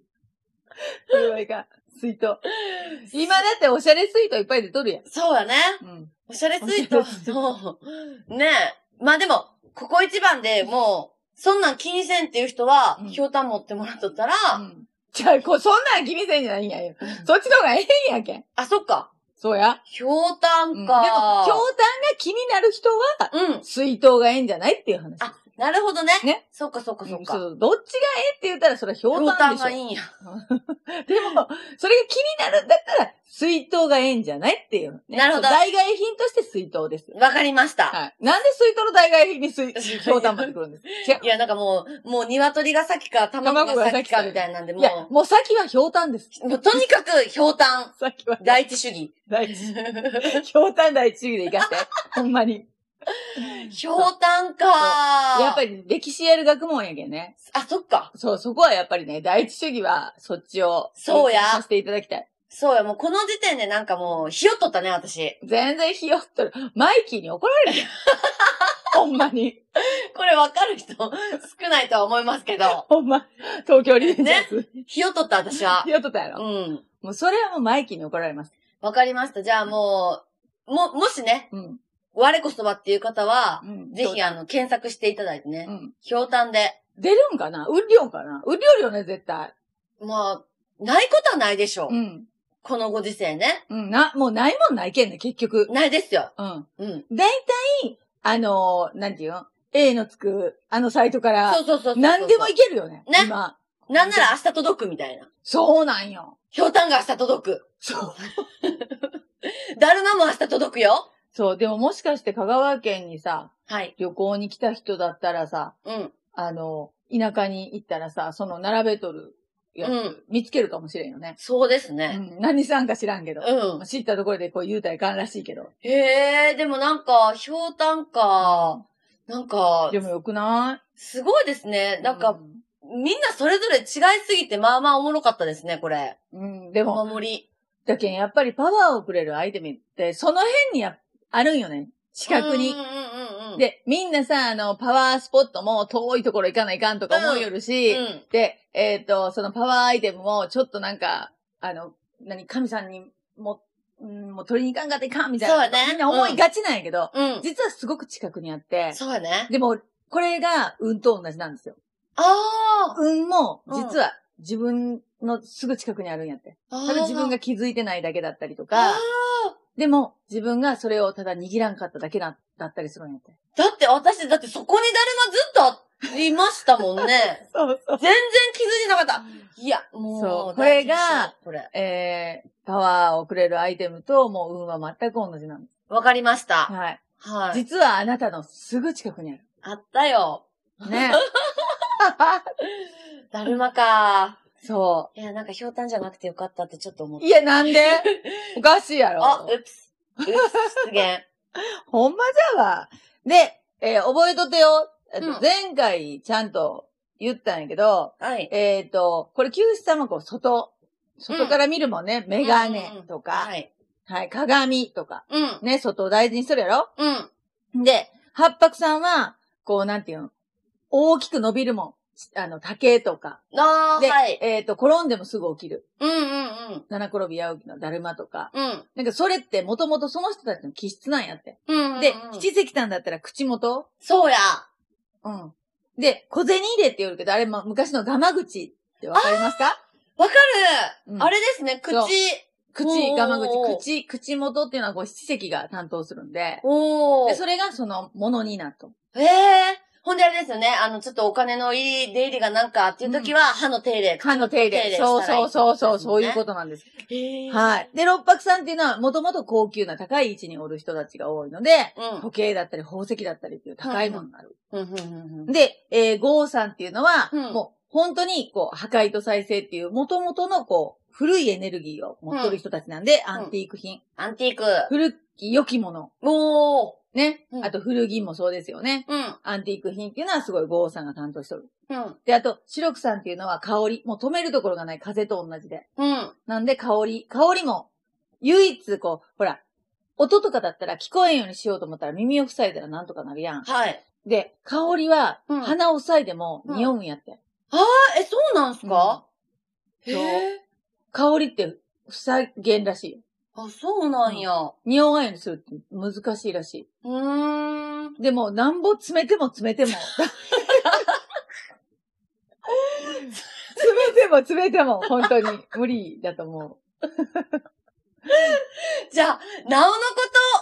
Speaker 2: それはいかん。水筒。今だっておしゃれ水筒いっぱい出とるやん。
Speaker 1: そうやね。
Speaker 2: うん。
Speaker 1: おしゃれ水 筒の、ねえ。まあでも、ここ一番でもう、そんなん気にせんっていう人は
Speaker 2: う、ん
Speaker 1: ひょうたん持ってもらっとったら、
Speaker 2: うんじゃあ、こう、そんなん気にせんじゃないんやよ。そっちの方がええんやけん。
Speaker 1: あ、そっか。
Speaker 2: そうや。
Speaker 1: ひょうた
Speaker 2: うんんでも、ひょうた
Speaker 1: か
Speaker 2: ん。が気になる人は、
Speaker 1: うん、
Speaker 2: 水筒がええんじゃないっていう話。
Speaker 1: あなるほどね。
Speaker 2: ね
Speaker 1: そっかそっかそっか。ひ
Speaker 2: そうどっちがええって言ったら、それはひょ
Speaker 1: ょう
Speaker 2: うた
Speaker 1: た
Speaker 2: ん
Speaker 1: ん
Speaker 2: でしょ
Speaker 1: がい。いんや。
Speaker 2: でも、それが気になるんだったら、水筒がええんじゃないっていう、ね
Speaker 1: なるほど
Speaker 2: そう代替品として水筒です。
Speaker 1: わかりました。
Speaker 2: はい。なんで水筒の代替品に 水、ひょうたんまで来るんですか違う
Speaker 1: い。や、なんかもう、もう鶏が先か、卵が先かみたいなんで、
Speaker 2: いや
Speaker 1: も、
Speaker 2: もう先はひょうたん です。
Speaker 1: う、もうとにかく、ひょうたん、
Speaker 2: 先は
Speaker 1: 第一主 義。
Speaker 2: 第一ひょうたん第一義でいかして。 ほんまに。
Speaker 1: ひょうたんか
Speaker 2: やっぱり歴史やる学問やけんね。
Speaker 1: あ、そっか。
Speaker 2: そう、そこはやっぱりね、第一主義はそっちを。
Speaker 1: そうや
Speaker 2: させていただきたい。
Speaker 1: そうや、もうこの時点でなんかもう、ひよっとったね、私。
Speaker 2: 全然ひよっとる。マイキーに怒 られるよ。ほんまに。
Speaker 1: これわかる人、少ないとは思いますけど、
Speaker 2: ほんま。東京リベンジャーズ。
Speaker 1: ひよっとった私は
Speaker 2: ひ。よっとったや
Speaker 1: う
Speaker 2: ろ。
Speaker 1: ん。
Speaker 2: もうそれはもうマイキーに怒られます。
Speaker 1: わかりました。じゃあもう、も、もしね、
Speaker 2: うん。
Speaker 1: 我こそはっていう方は
Speaker 2: う、ん
Speaker 1: ぜひあの、検索していただいてね
Speaker 2: う、ん。
Speaker 1: ひょうたんで。
Speaker 2: 出るんかな売りょんかな売りょるよね、絶対。
Speaker 1: まあ、ないことはないでしょう。
Speaker 2: うん。
Speaker 1: このご時世ね。
Speaker 2: うん。な、もうないもんないけんね、結局。
Speaker 1: ないですよ。
Speaker 2: うん。
Speaker 1: うん。
Speaker 2: 大体、あのー、なんていうの ?A のつく、あのサイトから、
Speaker 1: そうそうそうそうそう。
Speaker 2: 何でもいけるよね。
Speaker 1: ね
Speaker 2: 今。
Speaker 1: なんなら明日届くみたいな。
Speaker 2: そうなんよ。
Speaker 1: ひょうたんが明日届く。
Speaker 2: そう。
Speaker 1: だるまも明日届くよ。
Speaker 2: そう、でももしかして香川県にさ、
Speaker 1: はい。
Speaker 2: 旅行に来た人だったらさ、
Speaker 1: うん。
Speaker 2: あの、田舎に行ったらさ、その並べとるやつ、
Speaker 1: うん
Speaker 2: 見つけるかもしれんよね。
Speaker 1: そうです
Speaker 2: う
Speaker 1: ね。
Speaker 2: ん、何さんか知らんけど。
Speaker 1: うん。
Speaker 2: 知ったところでこう言うたらいかんらしいけど。
Speaker 1: へえ、でもなんか、ひょうたんか、なんか
Speaker 2: で、もよくな
Speaker 1: すごいですね。
Speaker 2: い
Speaker 1: なんか、、みんなそれぞれ違いすぎて、まあまあおもろかったですね、これ。
Speaker 2: うん、うんでも、
Speaker 1: お守り。
Speaker 2: だけんやっぱりパワーをくれるアイテムって、その辺にやあるんよね。近くに
Speaker 1: うん。うんうんうん。、
Speaker 2: で、みんなさ、あの、パワースポットも遠いところ行かないかんとか思いよる
Speaker 1: う
Speaker 2: し、
Speaker 1: ん。
Speaker 2: で、えっ、と、そのパワーアイテムも、ちょっとなんか、あの、何、神さんにも、うん、もう取りに行かんかっていかんみたいな。
Speaker 1: そうね
Speaker 2: みんな思いがちなんやけど、
Speaker 1: うん。
Speaker 2: 実はすごく近くにあって、
Speaker 1: そうやね。
Speaker 2: でも、これが運と同じなんですよ。
Speaker 1: あー
Speaker 2: 運も、
Speaker 1: うん
Speaker 2: 実は自分のすぐ近くにあるんやって。
Speaker 1: あー。
Speaker 2: ただ自分が気づいてないだけだったりと
Speaker 1: あ
Speaker 2: か、でも、自分がそれをただ握らんかっただけなだったりするんやって。。
Speaker 1: ーだって私、だってそこにだるまずっといましたもんね
Speaker 2: そうそう。
Speaker 1: 全然気づいてなかった。いや、
Speaker 2: そ
Speaker 1: も
Speaker 2: う
Speaker 1: う。
Speaker 2: これが
Speaker 1: これ。
Speaker 2: えー、パワーをくれるアイテムと、もう運は全く同じなんです。
Speaker 1: わかりました。
Speaker 2: はい。
Speaker 1: はい。
Speaker 2: 実はあなたのすぐ近くにある。
Speaker 1: あったよ。
Speaker 2: ね。
Speaker 1: だるまか。
Speaker 2: そ
Speaker 1: いや、なんかひょうたんじゃなくてよかったってちょっと思っ
Speaker 2: う。
Speaker 1: た。
Speaker 2: いや、なんでおかしいやろ。
Speaker 1: あ、うっす。うっす、失 言。
Speaker 2: ほんまじゃわ。で、えー覚えとてよ。えっと
Speaker 1: うん
Speaker 2: 前回ちゃんと言ったんやけど、
Speaker 1: はい。
Speaker 2: えっ、と、これ、九七様こう、外。外から見るもんね、メガネとか、
Speaker 1: はい。
Speaker 2: はい、鏡とか、
Speaker 1: うん。
Speaker 2: ね、外を大事にするやろ。
Speaker 1: うん。
Speaker 2: で、八白さんは、こう、なんていうの、大きく伸びるもん。あの、竹とか。
Speaker 1: あー、
Speaker 2: で、
Speaker 1: はい。
Speaker 2: えっ、と、転んでもすぐ起きる。
Speaker 1: うんうん
Speaker 2: 七転び八起きのだるまとか。
Speaker 1: うん。うん。
Speaker 2: なんかそれってもともとその人たちの気質なんやって。
Speaker 1: うん、うん。
Speaker 2: で、七石さんだったら口元
Speaker 1: そうや。
Speaker 2: うん。で、小銭入れって言うけど、あれま昔のガマ口ってわかりますか
Speaker 1: わかる、
Speaker 2: うん
Speaker 1: あれですね、口
Speaker 2: そう。
Speaker 1: お
Speaker 2: 口、
Speaker 1: ー
Speaker 2: ガマ口、口、口元っていうのはこう七石が担当するんで、
Speaker 1: お
Speaker 2: で
Speaker 1: ー。
Speaker 2: それがそのものになると。
Speaker 1: ええほんであれですよね、あの、ちょっとお金の入り、出入りがなんかっていう時は、歯の手入れ。
Speaker 2: 歯の手入
Speaker 1: 手入れ
Speaker 2: れ。そう
Speaker 1: したらいい
Speaker 2: そ
Speaker 1: ってこ
Speaker 2: うそう
Speaker 1: とですも
Speaker 2: そ
Speaker 1: ん
Speaker 2: う、
Speaker 1: ね
Speaker 2: そういうことなんです。
Speaker 1: へー
Speaker 2: はい。。で、六白さんっていうのはもともと高級な高い位置におる人たちが多いので、
Speaker 1: うん。
Speaker 2: 時計だったり宝石だったりっていう高いものになる。
Speaker 1: うん、うん、うんうん。
Speaker 2: で、えー、ゴーさんっていうのは、
Speaker 1: うん
Speaker 2: もう本当にこう破壊と再生っていう元々のこう古いエネルギーを持ってる人たちなんで、アンティーク品、
Speaker 1: アンティーク。
Speaker 2: 古き良きもの、
Speaker 1: おー。
Speaker 2: ね、
Speaker 1: うん
Speaker 2: あと古着もそうですよね。
Speaker 1: うん。
Speaker 2: アンティーク品っていうのはすごいゴーさんが担当してる。
Speaker 1: うん。
Speaker 2: で、あと、シロクさんっていうのは香り、もう止めるところがない風と同じで。
Speaker 1: うん。
Speaker 2: なんで香り、香りも唯一こう、ほら、音とかだったら聞こえんようにしようと思ったら耳を塞いだらなんとかなるやん。
Speaker 1: はい。
Speaker 2: で、香りは
Speaker 1: うん
Speaker 2: 鼻を塞いでも匂うんやって。
Speaker 1: あ、え、そうなんすか、
Speaker 2: うん
Speaker 1: へえ。
Speaker 2: 香りって塞げんらしいよ。
Speaker 1: あ、そうなんや。
Speaker 2: 匂わんようにするって難しいらし
Speaker 1: うーん。
Speaker 2: い。でも、なんぼ詰めても詰めても。詰めても詰めても、本当に無理だと思
Speaker 1: じゃあ、なおのこ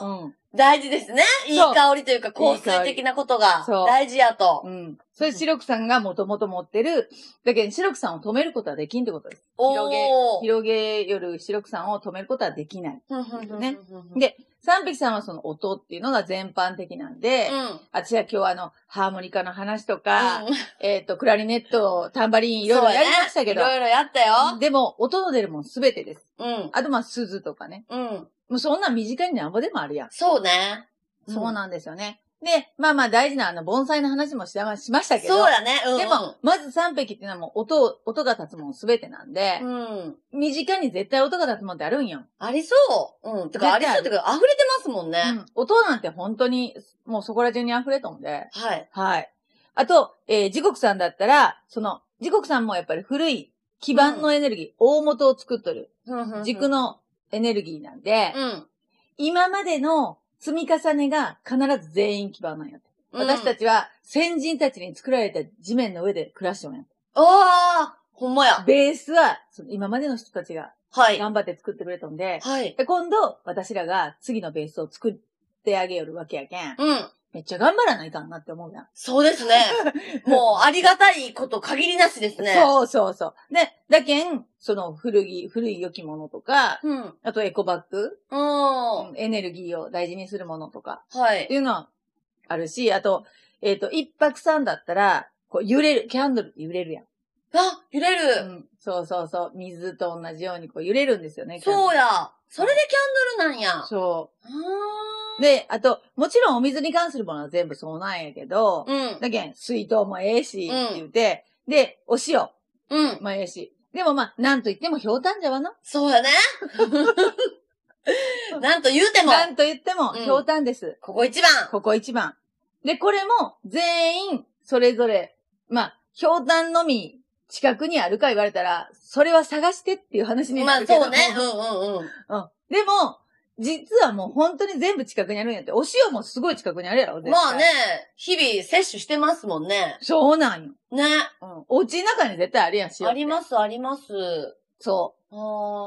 Speaker 2: う。うん。
Speaker 1: と、大事ですね。いい
Speaker 2: そう
Speaker 1: 香りというか、香水的なことが、
Speaker 2: そう
Speaker 1: 大事やと。
Speaker 2: うん。それ、シロクさんがもともと持ってる、だけど、シロクさんを止めることはできんってことです。広げ
Speaker 1: おー。
Speaker 2: 広げよるシロクさんを止めることはできない。
Speaker 1: うんうんうん
Speaker 2: ね
Speaker 1: うん
Speaker 2: で、三匹さんはその音っていうのが全般的なんで、
Speaker 1: うん。
Speaker 2: 私は今日あの、ハーモニカの話とか、
Speaker 1: うん
Speaker 2: えっ、と、クラリネット、タンバリン、いろいろやりましたけど
Speaker 1: そう。やねいろいろやったよ。
Speaker 2: でも、音の出るもんすべてです。
Speaker 1: うん。
Speaker 2: あと、まあ、鈴とかね。
Speaker 1: うん。
Speaker 2: もうそんなん身近になんぼでもあるやん。
Speaker 1: そうね。
Speaker 2: そうなんですよね。で、まあまあ大事なあの、盆栽の話もしましましたけど。
Speaker 1: そうやね。うん。
Speaker 2: でも、まず三匹っていうのはもう音を、音が立つもんすべてなんで、
Speaker 1: うん。
Speaker 2: 身近に絶対音が立つもんってあるんよ。
Speaker 1: ありそう。うん。てか、あ
Speaker 2: 絶
Speaker 1: りそうっ
Speaker 2: 対ある
Speaker 1: ていうか、溢れてますもんね。
Speaker 2: うん音なんて本当に、もうそこら中に溢れとんで。
Speaker 1: はい。
Speaker 2: はい。あと、えー、時刻さんだったら、その、時刻さんもやっぱり古い基盤のエネルギー、大元を作っとる軸。のエネルギーなんで、
Speaker 1: うん。
Speaker 2: 今までの積み重ねが必ず全員基盤なんやって。私た
Speaker 1: ち。
Speaker 2: ちは先人たちに作られた地面の上で暮らしてもんやって。
Speaker 1: ああほんまや。
Speaker 2: ベースはその今までの人たちが
Speaker 1: はい。
Speaker 2: 頑張って作ってくれたんで、
Speaker 1: はい。
Speaker 2: で今度私らが次のベースを作ってあげよるわけやけん。
Speaker 1: うん。
Speaker 2: めっちゃ頑張らないかんなって思うやん。
Speaker 1: そうですね。 もう、ありがたいこと限りなしですね。
Speaker 2: そうそうそう。で、だけん、その古着、古い良きものとか、
Speaker 1: う。うん。
Speaker 2: あとエコバッグ、
Speaker 1: うん。は
Speaker 2: エネルギーを大事にするものとか、って
Speaker 1: い。
Speaker 2: いうのはあるし、あと、えっ、と、一泊さんだったら、こう揺れる、キャンドルって揺れるやん。
Speaker 1: あ、揺れる。
Speaker 2: うんそうそうそう。水と同じようにこう揺れるんですよね。
Speaker 1: そう
Speaker 2: う
Speaker 1: や。それでキャンドルなんや。あ
Speaker 2: そ
Speaker 1: ー
Speaker 2: う。で、あと、もちろんお水に関するものは全部そうなんやけど、
Speaker 1: うん。
Speaker 2: だけん、水筒もええし、
Speaker 1: うん
Speaker 2: って言って、で、お塩
Speaker 1: うん。
Speaker 2: もええし。でもまあ、なんと言ってもひょうたんじゃわな。
Speaker 1: そうやね。なんと言うても、
Speaker 2: なんと言っても
Speaker 1: うん
Speaker 2: ひょうたんです。
Speaker 1: ここ一番。
Speaker 2: ここ一番。で、これも全員それぞれ、まあ、ひょうたんのみ近くにあるか言われたら、それは探してっていう話に
Speaker 1: ま
Speaker 2: な
Speaker 1: あ
Speaker 2: るけど。
Speaker 1: そうね。うんうんうん。
Speaker 2: うん。でも、実はもう本当に全部近くにあるんやって。お塩もすごい近くにあるやろ、絶対
Speaker 1: まあね。、日々摂取してますもんね。
Speaker 2: そうなんよ。
Speaker 1: ね。
Speaker 2: うん。お家の中に絶対あるやん、塩。
Speaker 1: あり
Speaker 2: す。
Speaker 1: ますあります。
Speaker 2: そ
Speaker 1: あ
Speaker 2: う。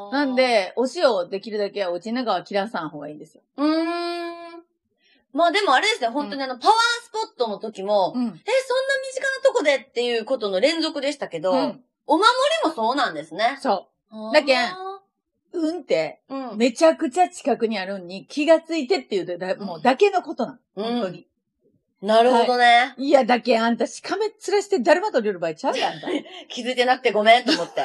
Speaker 1: ー
Speaker 2: なん、で、お塩をできるだけお家の中は切らさん方がいいんですよ。
Speaker 1: うーん。まあでもあれですね、本当にあの、パワースポットの時も、
Speaker 2: う
Speaker 1: え、そ
Speaker 2: ん。
Speaker 1: んな身近なとこでっていうことの連続でしたけど、
Speaker 2: うん。
Speaker 1: お守りもそうなんですね。
Speaker 2: そ
Speaker 1: あー
Speaker 2: だけんう。うんって、
Speaker 1: うん。
Speaker 2: めちゃくちゃ近くにあるんに気がついてっていうだ、もうだけのことなの。
Speaker 1: うん
Speaker 2: 本当に。
Speaker 1: なるほどね。
Speaker 2: いや、だけあんたしかめっ面してだるまと料理ばいちゃうやん、あんた。
Speaker 1: 気づいてなくてごめんと思って。